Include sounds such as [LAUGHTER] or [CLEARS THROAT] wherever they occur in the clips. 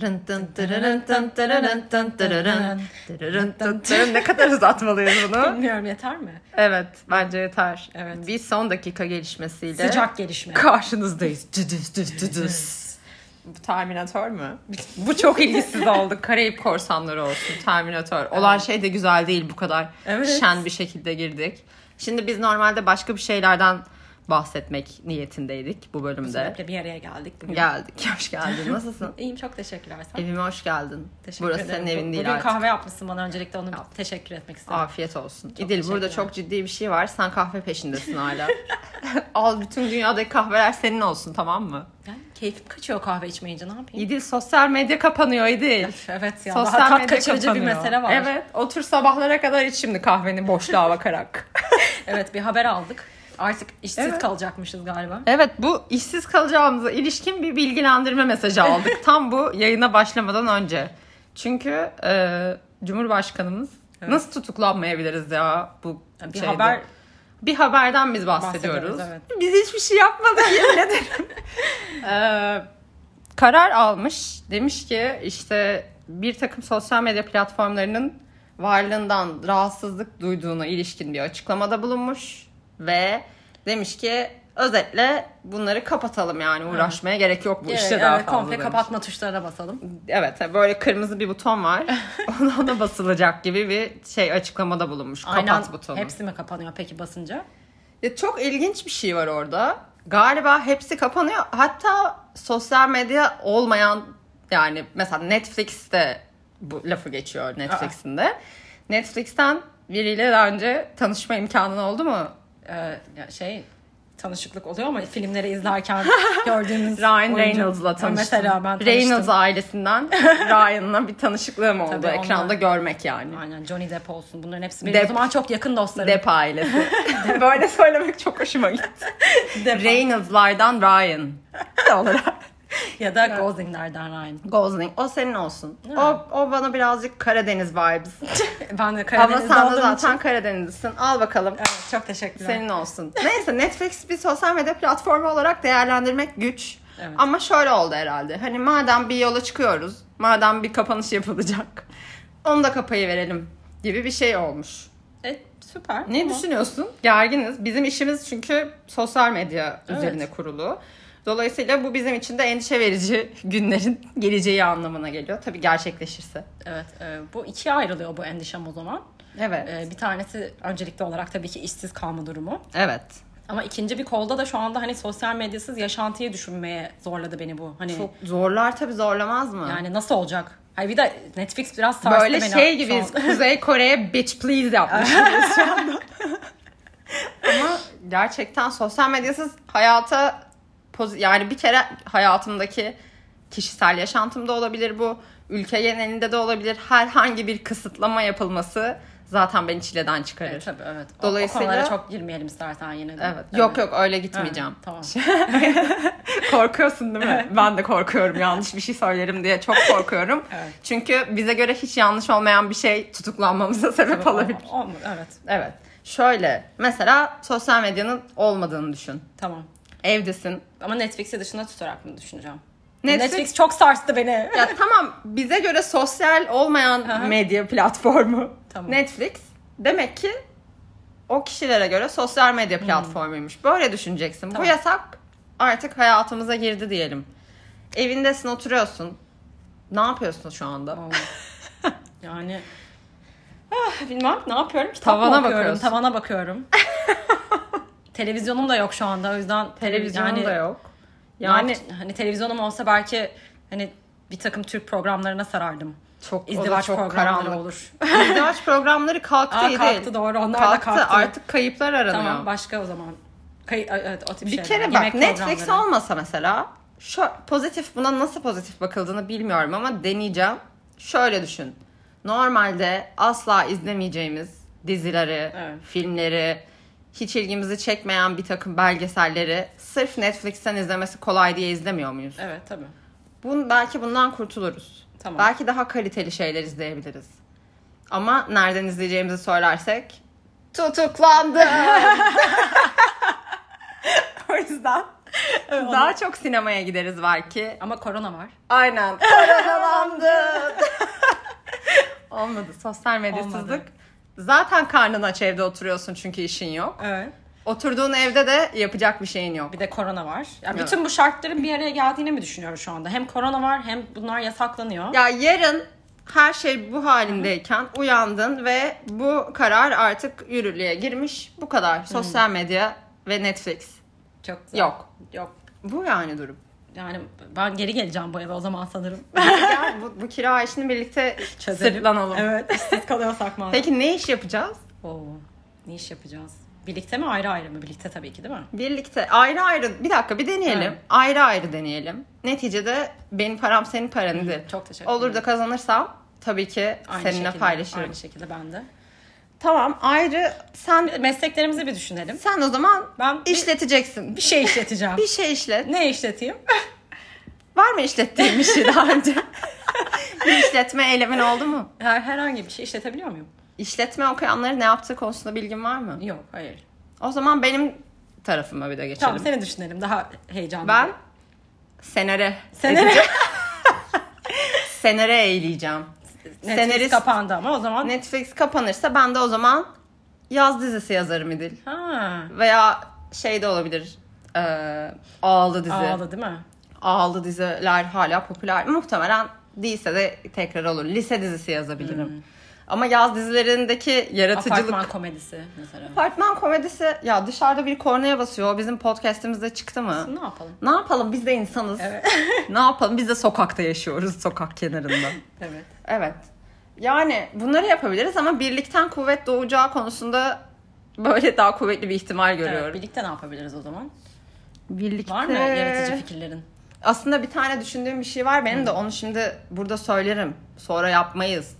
Rın tın tırırın tın tırırın tın tırırın. Tırırın tın tırırın. Ne kadar uzatmalıyız bunu? Bilmiyorum yeter mi? [LAUGHS] Evet bence yeter. Evet. Bir son dakika gelişmesiyle Sıcak gelişme. karşınızdayız. Cıdız cıdız cıdız. Bu Terminator mu? Bu çok ilgisiz oldu. Karayip korsanları olsun. Terminator. Olan şey de güzel değil bu kadar. Evet. Şen bir şekilde girdik. Şimdi biz normalde başka bir şeylerden bahsetmek niyetindeydik bu bölümde. Sebeple bir araya geldik bugün. Geldik. Hoş geldin. Nasılsın? İyiyim çok teşekkürler sen. Evime hoş geldin. Teşekkür Burası ederim. senin evin Bu- değil Bugün artık. kahve yapmışsın bana öncelikle onu teşekkür etmek istedim. Afiyet olsun. İdil burada teşekkürler. çok ciddi bir şey var. Sen kahve peşindesin hala. [LAUGHS] Al bütün dünyadaki kahveler senin olsun tamam mı? Yani keyfim kaçıyor kahve içmeyince ne yapayım? İdil sosyal medya kapanıyor İdil. Evet ya Sosyal daha tat medya kaçırıcı bir kapanıyor. mesele var. Evet otur sabahlara kadar iç şimdi kahveni boşluğa [LAUGHS] bakarak. Evet, bir haber aldık. Artık işsiz Evet. kalacakmışız galiba. evet bu işsiz kalacağımıza ilişkin bir bilgilendirme mesajı [LAUGHS] aldık. Tam bu yayına başlamadan önce. Çünkü e, Cumhurbaşkanımız nasıl tutuklanmayabiliriz ya bu Bir şeyde? haber Bir haberden biz bahsediyoruz. Bahsediyoruz, Biz hiçbir şey yapmadık [LAUGHS] yemin ederim. Ee, karar almış. Demiş ki işte bir takım sosyal medya platformlarının varlığından rahatsızlık duyduğuna ilişkin bir açıklamada bulunmuş. Ve demiş ki özetle bunları kapatalım yani uğraşmaya gerek yok bu işte Evet, daha e, evet, fazla. komple demiş. kapatma tuşlarına basalım. Evet böyle kırmızı bir buton [LAUGHS] var. Ona da basılacak gibi bir şey açıklamada bulunmuş. Kapat butonu. Hepsi mi kapanıyor peki basınca? Ya çok ilginç bir şey var orada. Galiba hepsi kapanıyor. Hatta sosyal medya olmayan yani mesela Netflix'te bu lafı geçiyor Netflix'in de. Netflix'ten biriyle daha önce tanışma imkanın oldu mu? Ee, ya şey tanışıklık oluyor ama [LAUGHS] filmleri izlerken gördüğünüz Ryan oyuncu- Reynolds'la Ha, tanıştım. Mesela ben Reynolds tanıştım. ailesinden [LAUGHS] Ryan'la bir tanışıklığım oldu. Tabii onlar- Ekranda görmek yani. Aynen Johnny Depp olsun. Bunların hepsi benim Depp. o zaman çok yakın dostlarım. [LAUGHS] Depp [LAUGHS] ailesi. Böyle söylemek çok hoşuma gitti. Reynolds'lardan Ryan. olarak. Ya da [LAUGHS] Gosling'lerden Ryan. Gosling. O senin olsun. O, o bana birazcık Karadeniz vibes. Ben de Ama Karadeniz'de sen de olduğum zaten için. Karadenizlisin. Al bakalım. Evet, çok teşekkürler. Senin olsun. Neyse Netflix bir sosyal medya platformu olarak değerlendirmek güç. Evet. Ama şöyle oldu herhalde. Hani madem bir yola çıkıyoruz, madem bir kapanış yapılacak, onu da kapayı verelim gibi bir şey olmuş. E, süper. Ne Tamam. düşünüyorsun? Gerginiz. Bizim işimiz çünkü sosyal medya üzerine kurulu. Dolayısıyla bu bizim için de endişe verici [LAUGHS] günlerin geleceği anlamına geliyor. Tabii gerçekleşirse. Evet, e, bu ikiye ayrılıyor bu endişem o zaman. Evet. E, bir tanesi öncelikli olarak tabii ki işsiz kalma durumu. evet. Ama ikinci bir kolda da şu anda hani sosyal medyasız yaşantıyı düşünmeye zorladı beni bu. Hani Çok zorlar tabii zorlamaz mı? yani nasıl olacak? Hayır bir de Netflix biraz sarstı Böyle beni şey şu gibiyiz. [LAUGHS] an. Kuzey Kore'ye bitch please yapmışız şu anda. [LAUGHS] Ama gerçekten sosyal medyasız hayata poz- yani bir kere hayatımdaki kişisel yaşantımda olabilir bu. Ülke genelinde de olabilir. Herhangi bir kısıtlama yapılması zaten beni çileden çıkarır. E, [LAUGHS] tabii evet. O- Dolayısıyla- o, konulara çok girmeyelim istersen yine de. Evet. Yok Şey yok öyle gitmeyeceğim. Tamam. Korkuyorsun değil mi? Ben de korkuyorum yanlış bir şey söylerim diye çok korkuyorum. [LAUGHS] Evet. Çünkü bize göre hiç yanlış olmayan bir şey tutuklanmamıza sebep olabilir. Ol- olmadı, Evet. Evet. Şöyle mesela sosyal medyanın olmadığını düşün. Tamam. Evdesin. Ama Netflix'i dışında tutarak mı düşüneceğim? Netflix- Netflix, çok sarstı beni. [LAUGHS] Ya tamam bize göre sosyal olmayan medya platformu Tamam. Netflix demek ki o kişilere göre sosyal medya platformuymuş. Böyle düşüneceksin. Bu Hmm. Tamam. yasak artık hayatımıza girdi diyelim. Evindesin oturuyorsun. Ne yapıyorsun şu anda? Yani ah, bilmem ne yapıyorum. Kitap Tavana mı okuyorum? bakıyorsun. [LAUGHS] Tavana bakıyorum. Televizyonum da yok şu anda o yüzden hani Televizyonun yani- da yok. Yani Yani hani televizyonum olsa belki hani bir takım Türk programlarına sarardım. çok o da İzdivaç çok programları karanlık. [LAUGHS] [LAUGHS] olur. İzdivaç programları kalktı Aa, İdil. kalktı doğru onlar da kalktı, kalktı. artık kayıplar aranıyor. Tamam başka o zaman. Kay- evet, o tip bir şeyler. kere bak Yemek Netflix programları. olmasa mesela şu pozitif buna nasıl pozitif bakıldığını bilmiyorum ama deneyeceğim. Şöyle düşün. Normalde asla izlemeyeceğimiz dizileri, Evet. filmleri, hiç ilgimizi çekmeyen bir takım belgeselleri sırf Netflix'ten izlemesi kolay diye izlemiyor muyuz? Evet tabii. Bun, belki bundan kurtuluruz. Tamam. Belki daha kaliteli şeyler izleyebiliriz. Ama nereden izleyeceğimizi söylersek [LAUGHS] tutuklandı. [LAUGHS] o yüzden Daha çok sinemaya gideriz var ki. Ama korona var. Aynen. [LAUGHS] Koronalandın. Olmadı. Sosyal medyasızlık. Olmadı. Zaten karnın aç evde oturuyorsun çünkü işin yok. Evet. Oturduğun evde de yapacak bir şeyin yok. Bir de korona var. Ya Evet. bütün bu şartların bir araya geldiğini mi düşünüyoruz şu anda? Hem korona var hem bunlar yasaklanıyor. Ya yarın her şey bu halindeyken uyandın ve bu karar artık yürürlüğe girmiş. Bu kadar. Sosyal medya ve Netflix. Çok Yok. Yok. Bu yani [LAUGHS] durum. Yani ben geri geleceğim bu eve o zaman [LAUGHS] sanırım. Ya bu, bu kira işini birlikte sırtlanalım. Evet. İşsiz kalıyorsak maalesef. Peki ne iş yapacağız? Oo, ne iş yapacağız? Birlikte mi ayrı ayrı mı? Birlikte tabii ki değil mi? Birlikte ayrı ayrı bir dakika bir deneyelim. Evet. Ayrı ayrı deneyelim. Neticede benim param senin parandı. Çok teşekkür Olur da ederim. kazanırsam tabii ki Aynı seninle şekilde, paylaşırım. Aynı şekilde ben de. Tamam ayrı sen Mesleklerimizi bir düşünelim. sen o zaman Ben bir- işleteceksin. Bir şey [LAUGHS] işleteceğim. Bir şey işlet. ne işleteyim? Var mı işlettiğin bir şey daha önce? [LAUGHS] bir işletme eylemin oldu mu? Her, herhangi bir şey işletebiliyor muyum? İşletme okuyanların ne yaptığı konusunda bilgin var mı? Yok, hayır. O zaman benim tarafıma bir de geçelim. Tamam seni düşünelim. Daha heyecanlı. Ben senere. Senere. [LAUGHS] senere eğileceğim. Netflix senarist- kapandı ama o zaman. Netflix kapanırsa ben de o zaman yaz dizisi yazarım İdil. Ha. Veya şey de olabilir. eee, ağlı dizi. Ağlı. Ağladı değil mi? diziler hala popüler. Muhtemelen değilse de tekrar olur. Lise dizisi yazabilirim. Ama yaz dizilerindeki yaratıcılık... Apartman komedisi mesela. Apartman komedisi ya dışarıda bir kornaya basıyor. Bizim podcast'imizde çıktı mı? Ne yapalım? Ne yapalım biz de insanız. [LAUGHS] ne yapalım biz de sokakta yaşıyoruz sokak kenarında. [LAUGHS] Evet. evet. Yani bunları yapabiliriz ama birlikten kuvvet doğacağı konusunda böyle daha kuvvetli bir ihtimal evet. görüyorum. Birlikte ne yapabiliriz o zaman? Birlikte Var mı yaratıcı fikirlerin? Aslında bir tane düşündüğüm bir şey var benim de onu şimdi burada söylerim. Sonra yapmayız.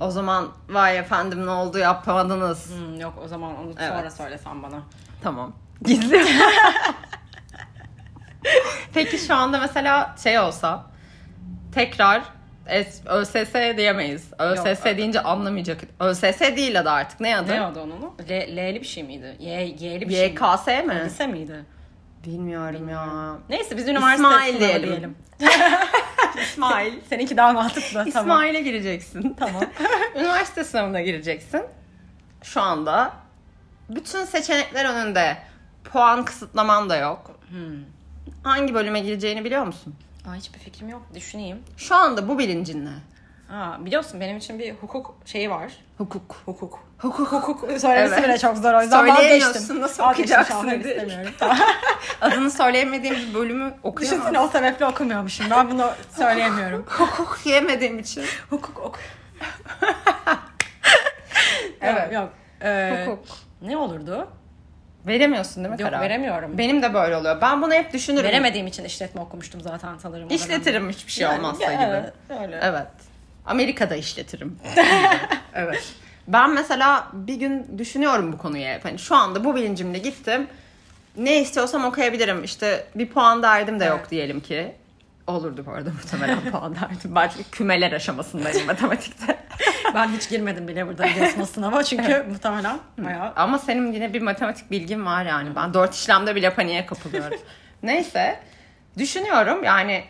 O zaman vay efendim ne oldu yapamadınız. Hmm, yok o zaman onu sonra söylesen bana. Tamam. Gizli. [LAUGHS] Peki şu anda mesela şey olsa tekrar e, es- ÖSS diyemeyiz. ÖSS Yok. deyince anlamayacak. ÖSS değil adı artık. Ne adı? Ne adı onun? L, L'li bir şey miydi? Y, Y'li bir şey miydi? YKS mi? Lise miydi? Bilmiyorum ya. Neyse biz üniversite İsmail sınavı diyelim. diyelim. [LAUGHS] [LAUGHS] İsmail. Seninki daha mantıklı. tamam. İsmail'e gireceksin. Tamam. [LAUGHS] Üniversite sınavına gireceksin. Şu anda bütün seçenekler önünde. Puan kısıtlaman da yok. Hangi bölüme gireceğini biliyor musun? Aa, hiçbir fikrim yok. Düşüneyim. Şu anda bu bilincinle. Aa, biliyorsun benim için bir hukuk şeyi var. Hukuk. Hukuk. Hukuk. Hukuk söylemesi Evet. bile çok zor o yüzden Söyleyemiyorsun, vazgeçtim. nasıl Vazgeçtim, okuyacaksın şu an, hayır, dedi. istemiyorum. Adını söyleyemediğim bir bölümü okuyamam. Düşünsene o sebeple okumuyormuşum. Ben bunu söyleyemiyorum. Hukuk yemediğim için. [LAUGHS] hukuk ok. Evet. evet. Yok. Ee, Hukuk. Ne olurdu? Veremiyorsun değil mi Yok karar? veremiyorum. Benim de böyle oluyor. Ben bunu hep düşünürüm. Veremediğim için işletme okumuştum zaten sanırım. o dönem. İşletirim hiçbir şey olmazsa gibi. evet, Öyle. Evet. Amerika'da işletirim. [LAUGHS] evet. Ben mesela bir gün düşünüyorum bu konuyu hep. Hani şu anda bu bilincimle gittim. Ne istiyorsam okuyabilirim. İşte bir puan derdim de yok diyelim ki. Olurdu bu arada muhtemelen puan derdim. Ben çünkü kümeler [LAUGHS] aşamasındayım matematikte. Ben hiç girmedim bile burada biliyorsun o sınava çünkü muhtemelen bayağı Ama senin yine bir matematik bilgin var yani. Ben dört işlemde bile paniğe [LAUGHS] kapılıyorum. Neyse. Düşünüyorum yani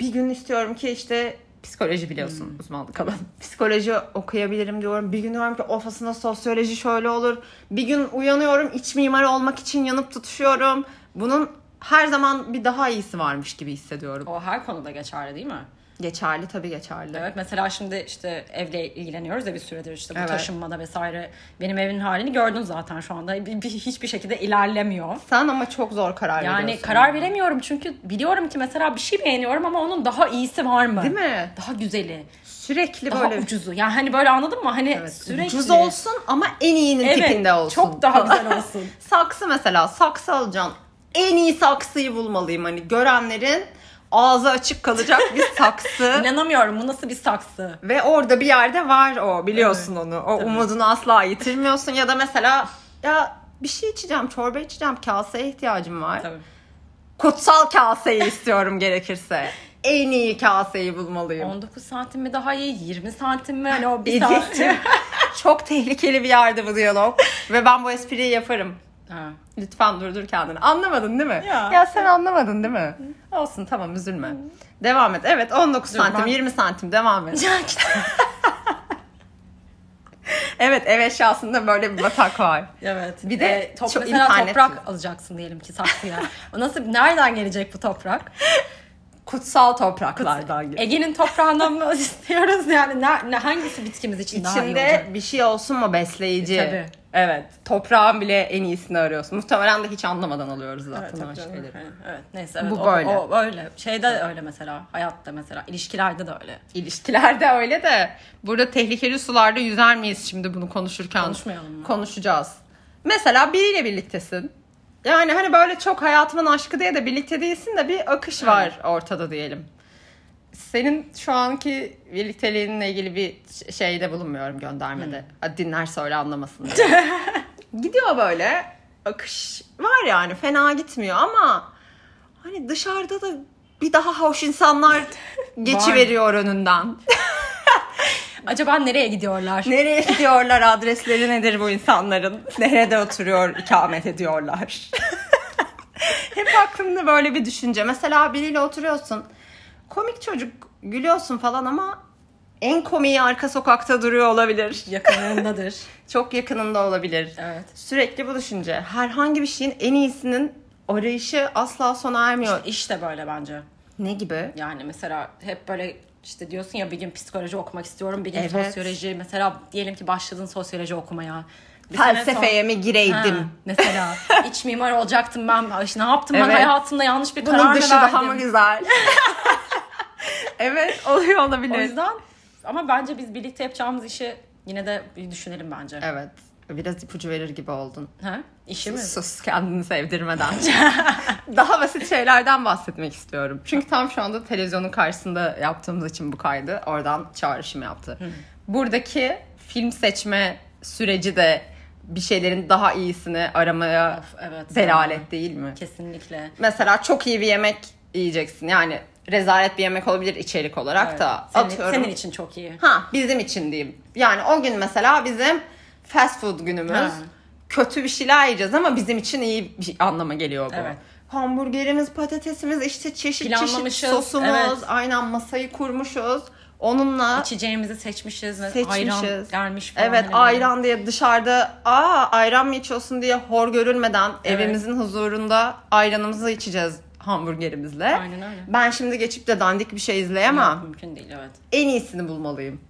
bir gün istiyorum ki işte psikoloji biliyorsun Hmm. uzmanlık alanı. Psikoloji okuyabilirim diyorum. Bir gün diyorum ki of aslında sosyoloji şöyle olur. Bir gün uyanıyorum iç mimar olmak için yanıp tutuşuyorum. Bunun her zaman bir daha iyisi varmış gibi hissediyorum. o her konuda geçerli değil mi? Geçerli tabii geçerli. Evet mesela şimdi işte evle ilgileniyoruz ya bir süredir işte bu Evet. taşınmada vesaire. Benim evin halini gördün zaten şu anda. Bir- bir- hiçbir şekilde ilerlemiyor. Sen ama çok zor karar veriyorsun. Yani karar veremiyorum çünkü biliyorum ki mesela bir şey beğeniyorum ama onun daha iyisi var mı? Değil mi? Daha güzeli, Sürekli daha böyle ucuzu. Yani hani böyle anladın mı? Hani sürekli Ucuz olsun ama en iyinin Evet, tipinde olsun. Çok [LAUGHS] daha güzel olsun. Saksı mesela saksı alacaksın. En iyi saksıyı bulmalıyım hani görenlerin ağzı açık kalacak [LAUGHS] bir saksı. İnanamıyorum bu nasıl bir saksı. Ve orada bir yerde var o biliyorsun onu. O umudunu asla yitirmiyorsun ya da mesela ya bir şey içeceğim çorba içeceğim kaseye ihtiyacım var. Tabii. Kutsal kaseyi istiyorum gerekirse. En iyi kaseyi bulmalıyım. 19 santim mi daha iyi, 20 santim mi? [LAUGHS] Hani o bir İlginç. santim. Çok tehlikeli bir yerde bu diyalog ve ben bu espriyi yaparım. Ha. [LAUGHS] Lütfen durdur kendini. Anlamadın değil mi? Ya. sen anlamadın değil mi? Olsun tamam üzülme. Devam et. Evet 19 Dur, santim ben- 20 santim devam [LAUGHS] et. Ya işte. Evet ev eşyasında böyle bir batak var. Evet. Bir de Ee, top, çok mesela internet toprak yok. alacaksın diyelim ki saksıya. O Nasıl nereden gelecek bu toprak? Kutsal topraklardan geliyor. Ege'nin toprağından mı [LAUGHS] istiyoruz yani? Ne, ne- hangisi bitkimiz için daha iyi İçinde olacak? E, bir şey olsun mu besleyici? Tabii. Evet. Toprağın bile en iyisini arıyorsun. Muhtemelen de hiç anlamadan alıyoruz zaten Evet, o tabii canım. şeyleri. Evet, evet. Neyse evet. Bu o, böyle. O, öyle. Şeyde de öyle mesela. Hayatta mesela. ilişkilerde de öyle. İlişkilerde öyle de burada tehlikeli sularda yüzer miyiz şimdi bunu konuşurken? Konuşmayalım mı? Konuşacağız. Mesela biriyle birliktesin. Yani hani böyle çok hayatımın aşkı diye de birlikte değilsin de bir akış var ortada diyelim. Senin şu anki birlikteliğinle ilgili bir ş- şeyde bulunmuyorum göndermede. Hadi dinlerse öyle anlamasın [LAUGHS] diye. gidiyor böyle. Akış var yani fena gitmiyor ama hani dışarıda da bir daha hoş insanlar geçiveriyor önünden. Acaba nereye gidiyorlar? Nereye gidiyorlar adresleri nedir bu insanların? Nerede oturuyor ikamet ediyorlar? Hep aklımda böyle bir düşünce. Mesela biriyle oturuyorsun. Komik çocuk gülüyorsun falan ama en komiği arka sokakta duruyor olabilir. [LAUGHS] Yakınlarındadır. Çok yakınında olabilir. Evet. Sürekli bu düşünce. Herhangi bir şeyin en iyisinin arayışı asla sona ermiyor. İşte böyle bence. Ne gibi? Yani mesela hep böyle işte diyorsun ya bir gün psikoloji okumak istiyorum, bir gün Evet. sosyoloji. Mesela diyelim ki başladın sosyoloji okumaya. Bir sene Felsefeye mi sonra- Ha, gireydim? [LAUGHS] mesela iç mimar olacaktım ben. Ay, Ne yaptım ben Evet. hayatımda yanlış bir karar Bunun mı dışı verdim? daha mı [LAUGHS] güzel? evet oluyor olabilir. O yüzden ama bence biz birlikte yapacağımız işi yine de bir düşünelim bence. Evet. Biraz ipucu verir gibi oldun. Ha? İşi mi? Sus kendini [LAUGHS] sevdirmeden. Daha basit şeylerden bahsetmek istiyorum. Çünkü tam şu anda televizyonun karşısında yaptığımız için bu kaydı. Oradan çağrışım yaptı. Buradaki film seçme süreci de bir şeylerin daha iyisini aramaya Of, evet. delalet değil mi? Kesinlikle. Mesela çok iyi bir yemek yiyeceksin. Yani rezalet bir yemek olabilir içerik olarak da. Senin, Atıyorum. senin için çok iyi. Ha bizim için diyeyim. Yani o gün mesela bizim fast food günümüz. Ha. Kötü bir şeyler yiyeceğiz ama bizim için iyi bir şey- anlama geliyor bu. Evet. Hamburgerimiz, patatesimiz, işte çeşit çeşit Planlamışız, sosumuz, evet. aynen masayı kurmuşuz. Onunla İçeceğimizi seçmişiz. Seçmişiz. Ayran seçmişiz. gelmiş falan. evet hani böyle. ayran diye dışarıda aa ayran mı içiyorsun diye hor görülmeden Evet. evimizin huzurunda ayranımızı içeceğiz hamburgerimizle. Aynen öyle. Ben şimdi geçip de dandik bir şey Yok, izleyemem. Mümkün değil evet. En iyisini bulmalıyım.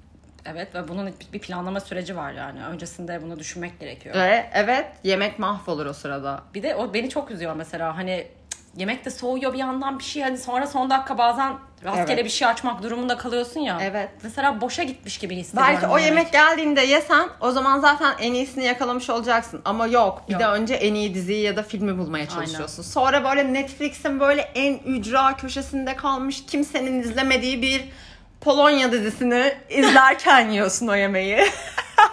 Evet ve bunun bir planlama süreci var yani. Öncesinde bunu düşünmek gerekiyor. Ve evet yemek mahvolur o sırada. Bir de o beni çok üzüyor mesela hani cık, yemek de soğuyor bir yandan bir şey hani sonra son dakika bazen rastgele Evet. bir şey açmak durumunda kalıyorsun ya. Evet. Mesela boşa gitmiş gibi hissediyorum. Belki o yani. yemek geldiğinde yesen o zaman zaten en iyisini yakalamış olacaksın. Ama yok bir de Yok. önce en iyi diziyi ya da filmi bulmaya çalışıyorsun. Sonra böyle Netflix'in böyle en ücra köşesinde kalmış kimsenin izlemediği bir Polonya dizisini izlerken yiyorsun o yemeği. [LAUGHS]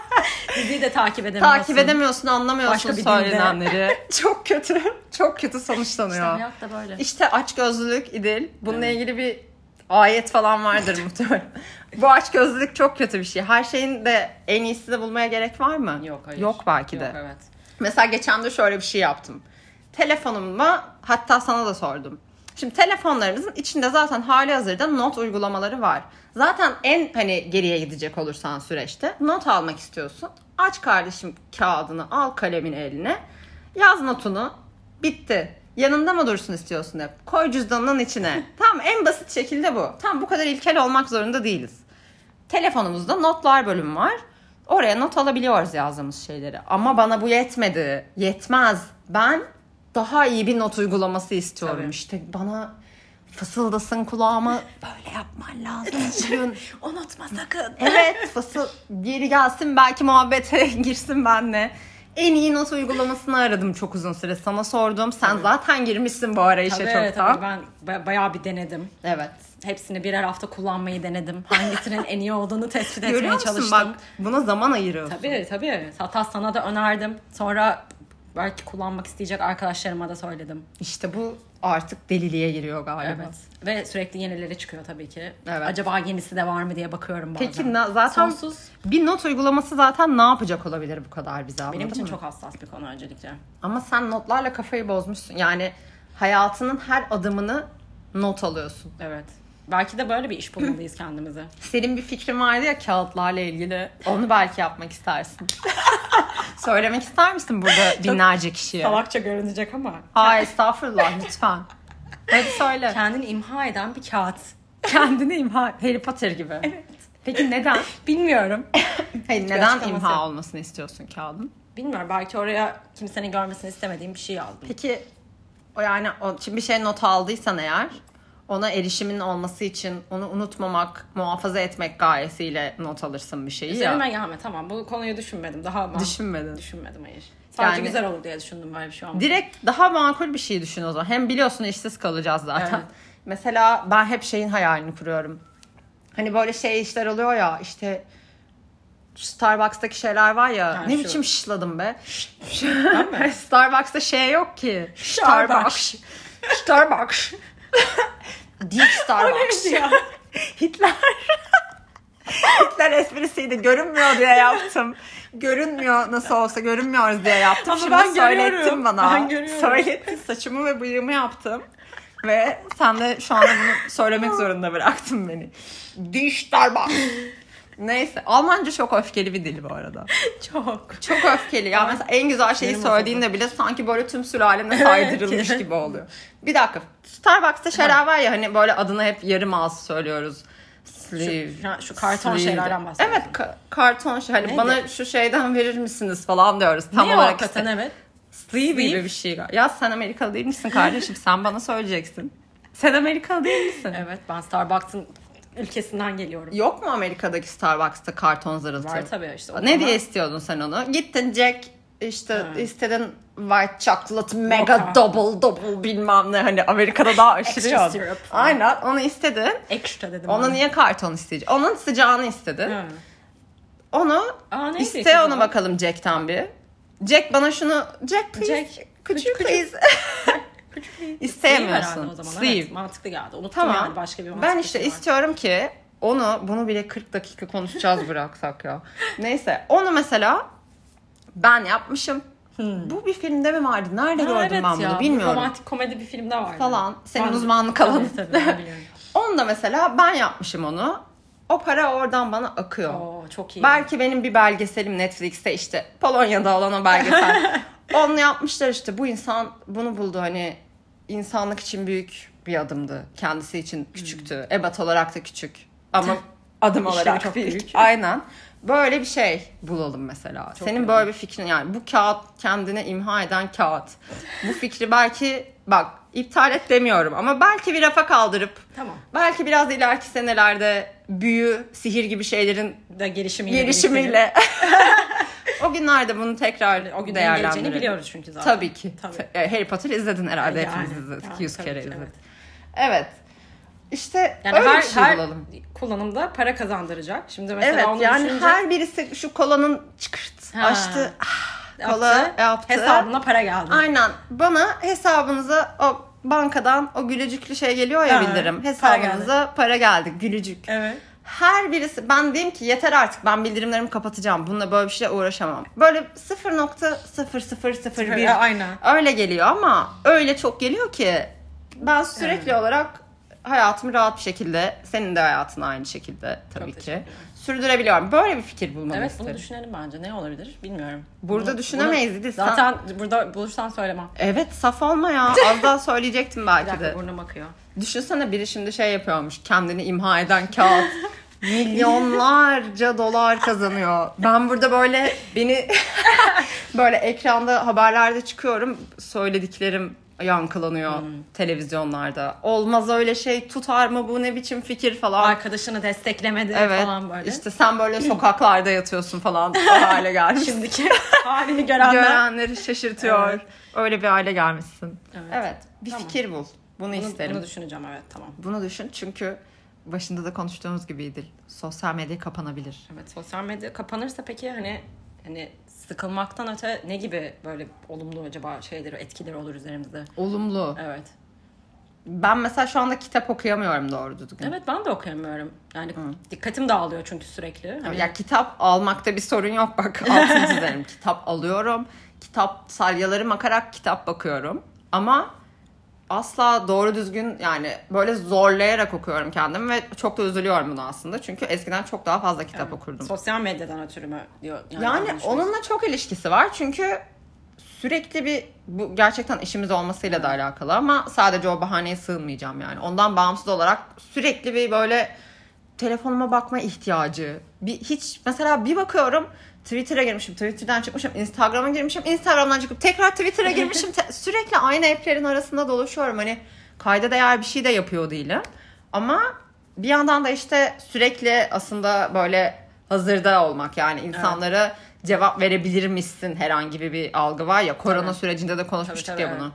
Diziyi de takip edemiyorsun. Takip edemiyorsun anlamıyorsun Başka bir dilde. söylenenleri. [LAUGHS] çok kötü çok kötü sonuçlanıyor. İşte hayat da böyle. İşte açgözlülük İdil. Bununla ilgili bir ayet falan [LAUGHS] vardır muhtemelen. Bu açgözlülük çok kötü bir şey. Her şeyin de en iyisini de bulmaya gerek var mı? Yok hayır. Yok belki de. Yok, evet. Mesela geçen de şöyle bir şey yaptım. Telefonumla hatta sana da sordum. Şimdi telefonlarımızın içinde zaten hali hazırda not uygulamaları var. Zaten en hani geriye gidecek olursan süreçte not almak istiyorsun. Aç kardeşim kağıdını al kalemini eline. Yaz notunu. Bitti. Yanında mı dursun istiyorsun hep? Koy cüzdanının içine. tamam en basit şekilde bu. Tam bu kadar ilkel olmak zorunda değiliz telefonumuzda notlar bölümü var. Oraya not alabiliyoruz yazdığımız şeyleri. Ama bana bu yetmedi. Yetmez. Ben daha iyi bir not uygulaması istiyorum Tabii. işte. Bana fısıldasın kulağıma. Böyle yapman lazım. [LAUGHS] Şuyun. Unutma sakın. evet fısıl geri gelsin belki muhabbete [LAUGHS] girsin benle. En iyi not uygulamasını aradım çok uzun süre. Sana sordum. Sen zaten girmişsin bu arayışa Tabii, Şey çoktan. tabii ben ba- bayağı bir denedim. Evet. Hepsini birer hafta kullanmayı denedim. Hangisinin en iyi olduğunu tespit etmeye Görüyor musun çalıştım. bak buna zaman ayırıyorsun. Tabii tabii. Hatta sana da önerdim. Sonra belki kullanmak isteyecek arkadaşlarıma da söyledim. İşte bu artık deliliğe giriyor galiba. Evet. Ve sürekli yenileri çıkıyor tabii ki. Evet. Acaba yenisi de var mı diye bakıyorum bazen. Peki na- zaten Sonsuz. bir not uygulaması zaten ne yapacak olabilir bu kadar bize anladın Benim için mı? çok hassas bir konu öncelikle. Ama sen notlarla kafayı bozmuşsun. Yani hayatının her adımını not alıyorsun. Evet. Belki de böyle bir iş bulmalıyız kendimize. Senin bir fikrin vardı ya kağıtlarla ilgili. Onu belki yapmak [LAUGHS] istersin. Söylemek ister misin burada binlerce kişiye? Salakça görünecek ama. Hayır estağfurullah lütfen. Hadi söyle. Kendini imha eden bir kağıt. Kendini imha. Harry Potter gibi. Evet. Peki neden? Bilmiyorum. Hayır, neden açıklaması imha yok. olmasını istiyorsun kağıdın? Bilmiyorum belki oraya kimsenin görmesini istemediğim bir şey yazdım. Peki o yani o, şimdi bir şey not aldıysan eğer ona erişimin olması için onu unutmamak, muhafaza etmek gayesiyle not alırsın bir şeyi ya. Üzerime gelme tamam bu konuyu düşünmedim daha ma- Düşünmedin. düşünmedim hayır. Sadece Yani- güzel olur diye düşündüm böyle bir şey olmadı. Direkt daha makul bir şey düşün o zaman. Hem biliyorsun işsiz kalacağız zaten. Evet. Mesela ben hep şeyin hayalini kuruyorum. Hani böyle şey işler oluyor ya işte Starbucks'taki şeyler var ya. Ha, ne şu. biçim şişladım be. [LAUGHS] Ben mi? Starbucks'ta şey yok ki. Starbucks. Starbucks. [LAUGHS] Deep Starbucks. ya. [LAUGHS] Hitler. Hitler esprisiydi. Görünmüyor diye yaptım. Görünmüyor nasıl olsa görünmüyoruz diye yaptım. Ama Şimdi ben söylettin görüyorum. bana. Ben görüyorum. Söylettin saçımı ve bıyığımı yaptım. Ve sen de şu anda bunu söylemek zorunda bıraktın beni. Die Starbucks. Neyse Almanca çok öfkeli bir dil bu arada. Çok. Çok öfkeli. Ya mesela en güzel şeyi Benim söylediğinde bile sanki böyle tüm sülalene saydırılmış Evet. gibi oluyor. Bir dakika. Starbucks'ta şeyler var ya hani böyle adını hep yarım ağız söylüyoruz. Sleeve. Şu- şu karton şeylerden bahsediyorsun. Evet ka- karton şey. Hani Neydi? bana şu şeyden verir misiniz falan diyoruz. Tam ne o olarak hakikaten işte. evet. Sleeve gibi Sleeve? bir şey. Ya sen Amerikalı değil misin kardeşim? sen bana söyleyeceksin. Sen Amerikalı değil misin? Evet ben Starbucks'ın ülkesinden geliyorum. Yok mu Amerika'daki Starbucks'ta karton zırıltı? Var tabii işte. o Ne zaman- diye istiyordun sen onu? Gittin Jack işte Ha. istedin white chocolate mega Mocha. double double bilmem ne hani Amerika'da daha aşırı [LAUGHS] Extra yok. syrup. Aynen onu istedin. Extra dedim. Ona ben. niye karton isteyecek? Onun sıcağını istedin. Ha. Onu Aa, neydi kızım? iste ona bakalım Jack'tan bir. Jack bana şunu Jack please. Jack, could you could please? you- Sleeve herhalde o İsteyemiyorsun. zaman. Sleeve. Evet, mantıklı geldi. Unuttum Tamam. yani başka bir mantıklı ben işte şey var. istiyorum ki onu bunu bile 40 dakika [LAUGHS] konuşacağız bıraksak ya. Neyse onu mesela ben yapmışım. Bu bir filmde mi vardı? Nerede Hmm. Ha, gördüm evet ben bunu ya, bu bilmiyorum. Romantik komedi bir filmde vardı. Falan. Senin Vardı. uzmanlık alanın. Tabii tabii [LAUGHS] ben biliyorum. Onu da mesela ben yapmışım onu. O para oradan bana akıyor. Oo, çok iyi. Belki benim bir belgeselim Netflix'te işte Polonya'da olan o [LAUGHS] belgesel. Onu yapmışlar işte bu insan bunu buldu hani insanlık için büyük bir adımdı. Kendisi için Hmm. küçüktü. Ebat olarak da küçük [LAUGHS] ama adım İşleri olarak çok büyük. büyük. Aynen. Böyle bir şey bulalım mesela. Senin iyi. böyle bir fikrin yani bu kağıt kendine imha eden kağıt. Bu fikri belki bak iptal et demiyorum ama belki bir rafa kaldırıp Tamam. belki biraz ileriki senelerde büyü, sihir gibi şeylerin Da gelişimiyle. birlikte- gelişimiyle. [LAUGHS] o günlerde bunu tekrar O o gün günden geleceğini değerlendirelim. biliyoruz çünkü zaten. Tabii ki. Tabii. E, Harry Potter izledin herhalde Yani, hepimiz izledik. yani 100 tabii kere ki, izledik. Evet. evet. İşte Yani öyle her, bir şey her bulalım. kullanımda para kazandıracak. Şimdi mesela Evet onu yani düşünce her birisi şu kolanın çıkırt Ha. açtı. ah, yaptı, kola yaptı. hesabına para geldi. Aynen. Bana hesabınıza o bankadan o gülücüklü şey geliyor ya Ha, bildirim. para geldi. Hesabınıza para geldi. Gülücük. Evet. Her birisi ben diyeyim ki yeter artık ben bildirimlerimi kapatacağım. Bununla böyle bir şeyle uğraşamam. Böyle 0.0001 Bir, aynen. öyle geliyor ama öyle çok geliyor ki ben sürekli olarak hayatımı rahat bir şekilde senin de hayatın aynı şekilde tabii teşekkür ki ederim. sürdürebiliyorum. Böyle bir fikir bulmanı Evet bunu isterim. düşünelim bence. Ne olabilir bilmiyorum. Burada Bunu- düşünemeyiz, bunu- İdil. Sen- Zaten burada bulursan söylemem. evet saf olma ya. Az daha söyleyecektim Bir belki de. dakika burnum akıyor. Düşünsene biri şimdi şey yapıyormuş. Kendini imha eden [LAUGHS] kağıt. Milyonlarca dolar kazanıyor. Ben burada böyle beni [LAUGHS] böyle ekranda haberlerde çıkıyorum. Söylediklerim yankılanıyor Hmm. televizyonlarda. Olmaz öyle şey tutar mı bu ne biçim fikir falan. Arkadaşını desteklemedi evet. falan böyle. İşte sen [CLEARS THROAT] böyle sokaklarda yatıyorsun falan o hale gelmiş. Şimdiki halini [LAUGHS] görenler. Görenleri şaşırtıyor. Evet. Öyle bir hale gelmişsin. Evet. Evet. Bir Tamam. fikir bul. Bunu, Bunu, isterim. bunu düşüneceğim evet tamam. Bunu düşün çünkü başında da konuştuğumuz gibiydi. Sosyal medya kapanabilir. Evet sosyal medya kapanırsa peki hani hani sıkılmaktan öte ne gibi böyle olumlu acaba şeyleri etkileri olur üzerimizde? Olumlu. Evet. Ben mesela şu anda kitap okuyamıyorum doğru düzgün. Evet ben de okuyamıyorum. Yani dikkatim dağılıyor çünkü sürekli. Hani Ya kitap almakta bir sorun yok bak altını çizerim. kitap alıyorum. Kitap salyaları makarak kitap bakıyorum. Ama asla doğru düzgün yani böyle zorlayarak okuyorum kendimi ve çok da üzülüyorum buna aslında. Çünkü eskiden çok daha fazla kitap okurdum. sosyal medyadan ötürü mü diyor. Yani yanlış mıyız? onunla çok ilişkisi var çünkü sürekli bir bu gerçekten işimiz olmasıyla da Hmm. alakalı ama sadece o bahaneye sığınmayacağım yani. Ondan bağımsız olarak sürekli bir böyle telefonuma bakma ihtiyacı. Bir hiç mesela bir bakıyorum Twitter'a girmişim, Twitter'dan çıkmışım, Instagram'a girmişim, Instagram'dan çıkıp tekrar Twitter'a [LAUGHS] girmişim. Te- sürekli aynı app'lerin arasında dolaşıyorum. Hani kayda değer bir şey de yapıyor değilim. Ama bir yandan da işte sürekli aslında böyle hazırda olmak yani insanlara cevap verebilir misin herhangi bir, bir algı var ya korona Tabii. sürecinde de konuşmuştuk Tabii, tabii, ya bunu.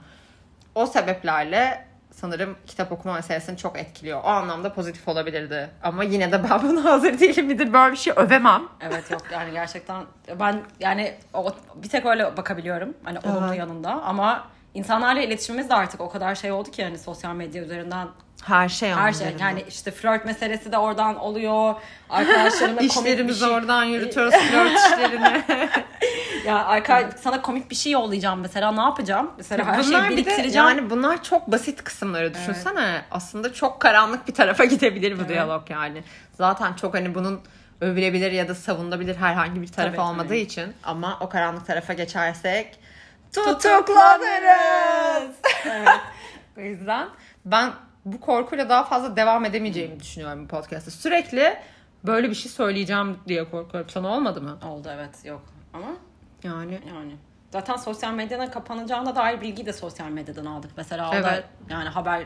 O sebeplerle sanırım kitap okuma meselesini çok etkiliyor. O anlamda pozitif olabilirdi. Ama yine de ben [LAUGHS] buna hazır değilim midir böyle bir şey övemem. Evet yok yani gerçekten ben yani o, bir tek öyle bakabiliyorum hani olumlu Evet. yanında ama insanlarla iletişimimiz de artık o kadar şey oldu ki hani sosyal medya üzerinden Her şey her şey yani işte flört meselesi de oradan oluyor [LAUGHS] arkadaşlarımla komik bir İşlerimizi şey oradan yürütüyoruz flört [LAUGHS] işlerini. ya arka, sana komik bir şey yollayacağım mesela ne yapacağım mesela her şeyi bunlar bir de biriktireceğim yani bunlar çok basit kısımları düşünsene. Aslında çok karanlık bir tarafa [LAUGHS] gidebilir bu diyalog yani. Zaten çok hani bunun övülebilir ya da savunulabilir herhangi bir tarafı Tabii, tabii. olmadığı için ama o karanlık tarafa geçersek Tutuklanırız. Evet. o yüzden ben bu korkuyla daha fazla devam edemeyeceğimi düşünüyorum bu podcast'ta. Sürekli böyle bir şey söyleyeceğim diye korkuyorum. Sana olmadı mı? oldu evet yok ama Yani yani zaten sosyal medyanın kapanacağına dair bilgiyi de sosyal medyadan aldık mesela o da Evet. yani haberleri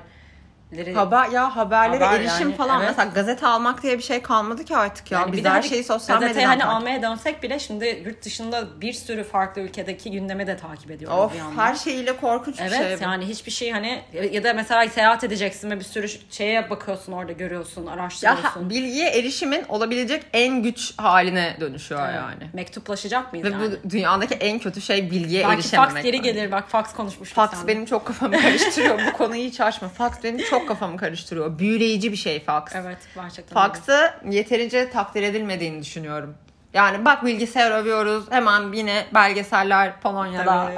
Haber ya haberlere Haber erişim yani, falan evet. mesela gazete almak diye bir şey kalmadı ki artık ya. Yani Biz de her hani şeyi sosyal gazeteyi medyadan hani takip almaya dönsek bile şimdi yurt dışında bir sürü farklı ülkedeki gündemi de takip ediyoruz Of bir yandan. her şeyiyle korkunç bir evet şey. bu. yani hiçbir şey hani ya da mesela seyahat edeceksin ve bir sürü şeye bakıyorsun orada görüyorsun Ya araştırıyorsun. ha- bilgiye erişimin olabilecek en güç haline dönüşüyor Evet. yani. Mektuplaşacak mıyız Ve yani? bu dünyadaki en kötü şey bilgiye Belki erişememek. fax geri bence. gelir bak fax konuşmuştuk Fax seninle. benim çok kafamı karıştırıyor. bu konuyu hiç açma. Fax benim çok kafamı karıştırıyor. Büyüleyici bir şey fax. Evet gerçekten. öyle. Fax'ı yeterince takdir edilmediğini düşünüyorum. Yani bak bilgisayar övüyoruz. Hemen yine belgeseller Polonya'da.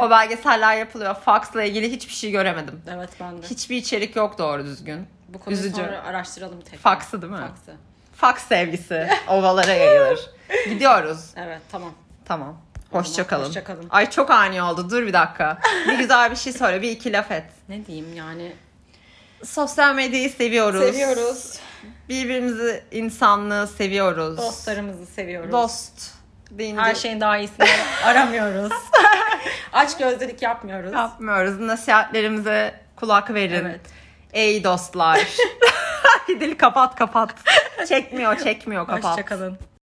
[LAUGHS] o belgeseller yapılıyor. Fax'la ilgili hiçbir şey göremedim. Evet ben de. Hiçbir içerik yok doğru düzgün. Bu konuyu Üzücü. sonra araştıralım tekrar. Fax'ı değil mi? Fax'ı. Fax sevgisi ovalara yayılır. Gidiyoruz. Evet tamam. Tamam. Hoşça kalın. hoşça kalın. Ay çok ani oldu. Dur bir dakika. Bir güzel bir şey söyle. Bir iki laf et. Ne diyeyim yani? Sosyal medyayı seviyoruz. Seviyoruz. Birbirimizi, insanlığı seviyoruz. Dostlarımızı seviyoruz. Dost. Deyince Her şey- şeyin [LAUGHS] daha iyisini aramıyoruz. Aç gözlülük yapmıyoruz. yapmıyoruz. Nasihatlerimize kulak verin. Evet. Ey [LAUGHS] dostlar. Dil kapat kapat. Çekmiyor çekmiyor kapat. Hoşçakalın.